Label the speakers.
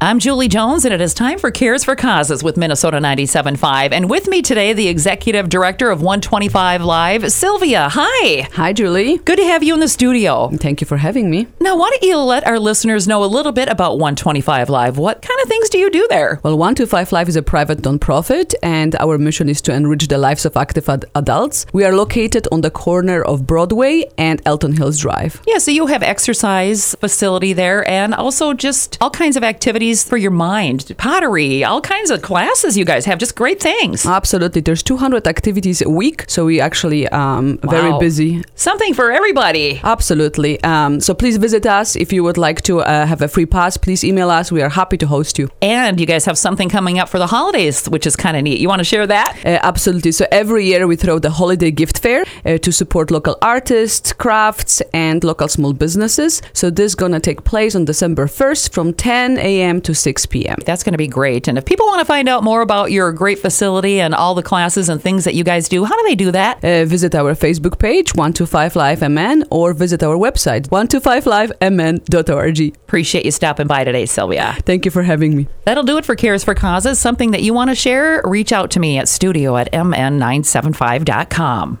Speaker 1: I'm Julie Jones, and it is time for Cares for Causes with Minnesota 97.5. And with me today, the executive director of 125 Live, Sylvia. Hi.
Speaker 2: Hi, Julie.
Speaker 1: Good to have you in the studio.
Speaker 2: Thank you for having me.
Speaker 1: Now, why don't you let our listeners know a little bit about 125 Live? What kind of things do you do there?
Speaker 2: Well, 125 Life is a private nonprofit, and our mission is to enrich the lives of active ad- adults. We are located on the corner of Broadway and Elton Hills Drive.
Speaker 1: Yeah, so you have exercise facility there and also just all kinds of activities for your mind, pottery, all kinds of classes you guys have, just great things.
Speaker 2: Absolutely. There's 200 activities a week, so we actually um, very
Speaker 1: Wow.
Speaker 2: busy.
Speaker 1: Something for everybody.
Speaker 2: Absolutely. Um, so please visit us if you would like to uh, have a free pass. Please email us. We are happy to host you.
Speaker 1: And you guys have something coming up for the holidays, which is kind of neat. You want to share that?
Speaker 2: Uh, absolutely. So every year we throw the holiday gift fair uh, to support local artists, crafts, and local small businesses. So this gonna take place on December 1st from 10 a.m. to 6 p.m.
Speaker 1: That's going to be great. And if people want to find out more about your great facility and all the classes and things that you guys do, how do they do that?
Speaker 2: Uh, visit our Facebook page 125LiveMN or visit our website 125LiveMN.org.
Speaker 1: Appreciate you stopping by today, Sylvia.
Speaker 2: Thank you for having me.
Speaker 1: That'll do it for Cares for Causes. Something that you want to share, reach out to me at studio at mn975.com.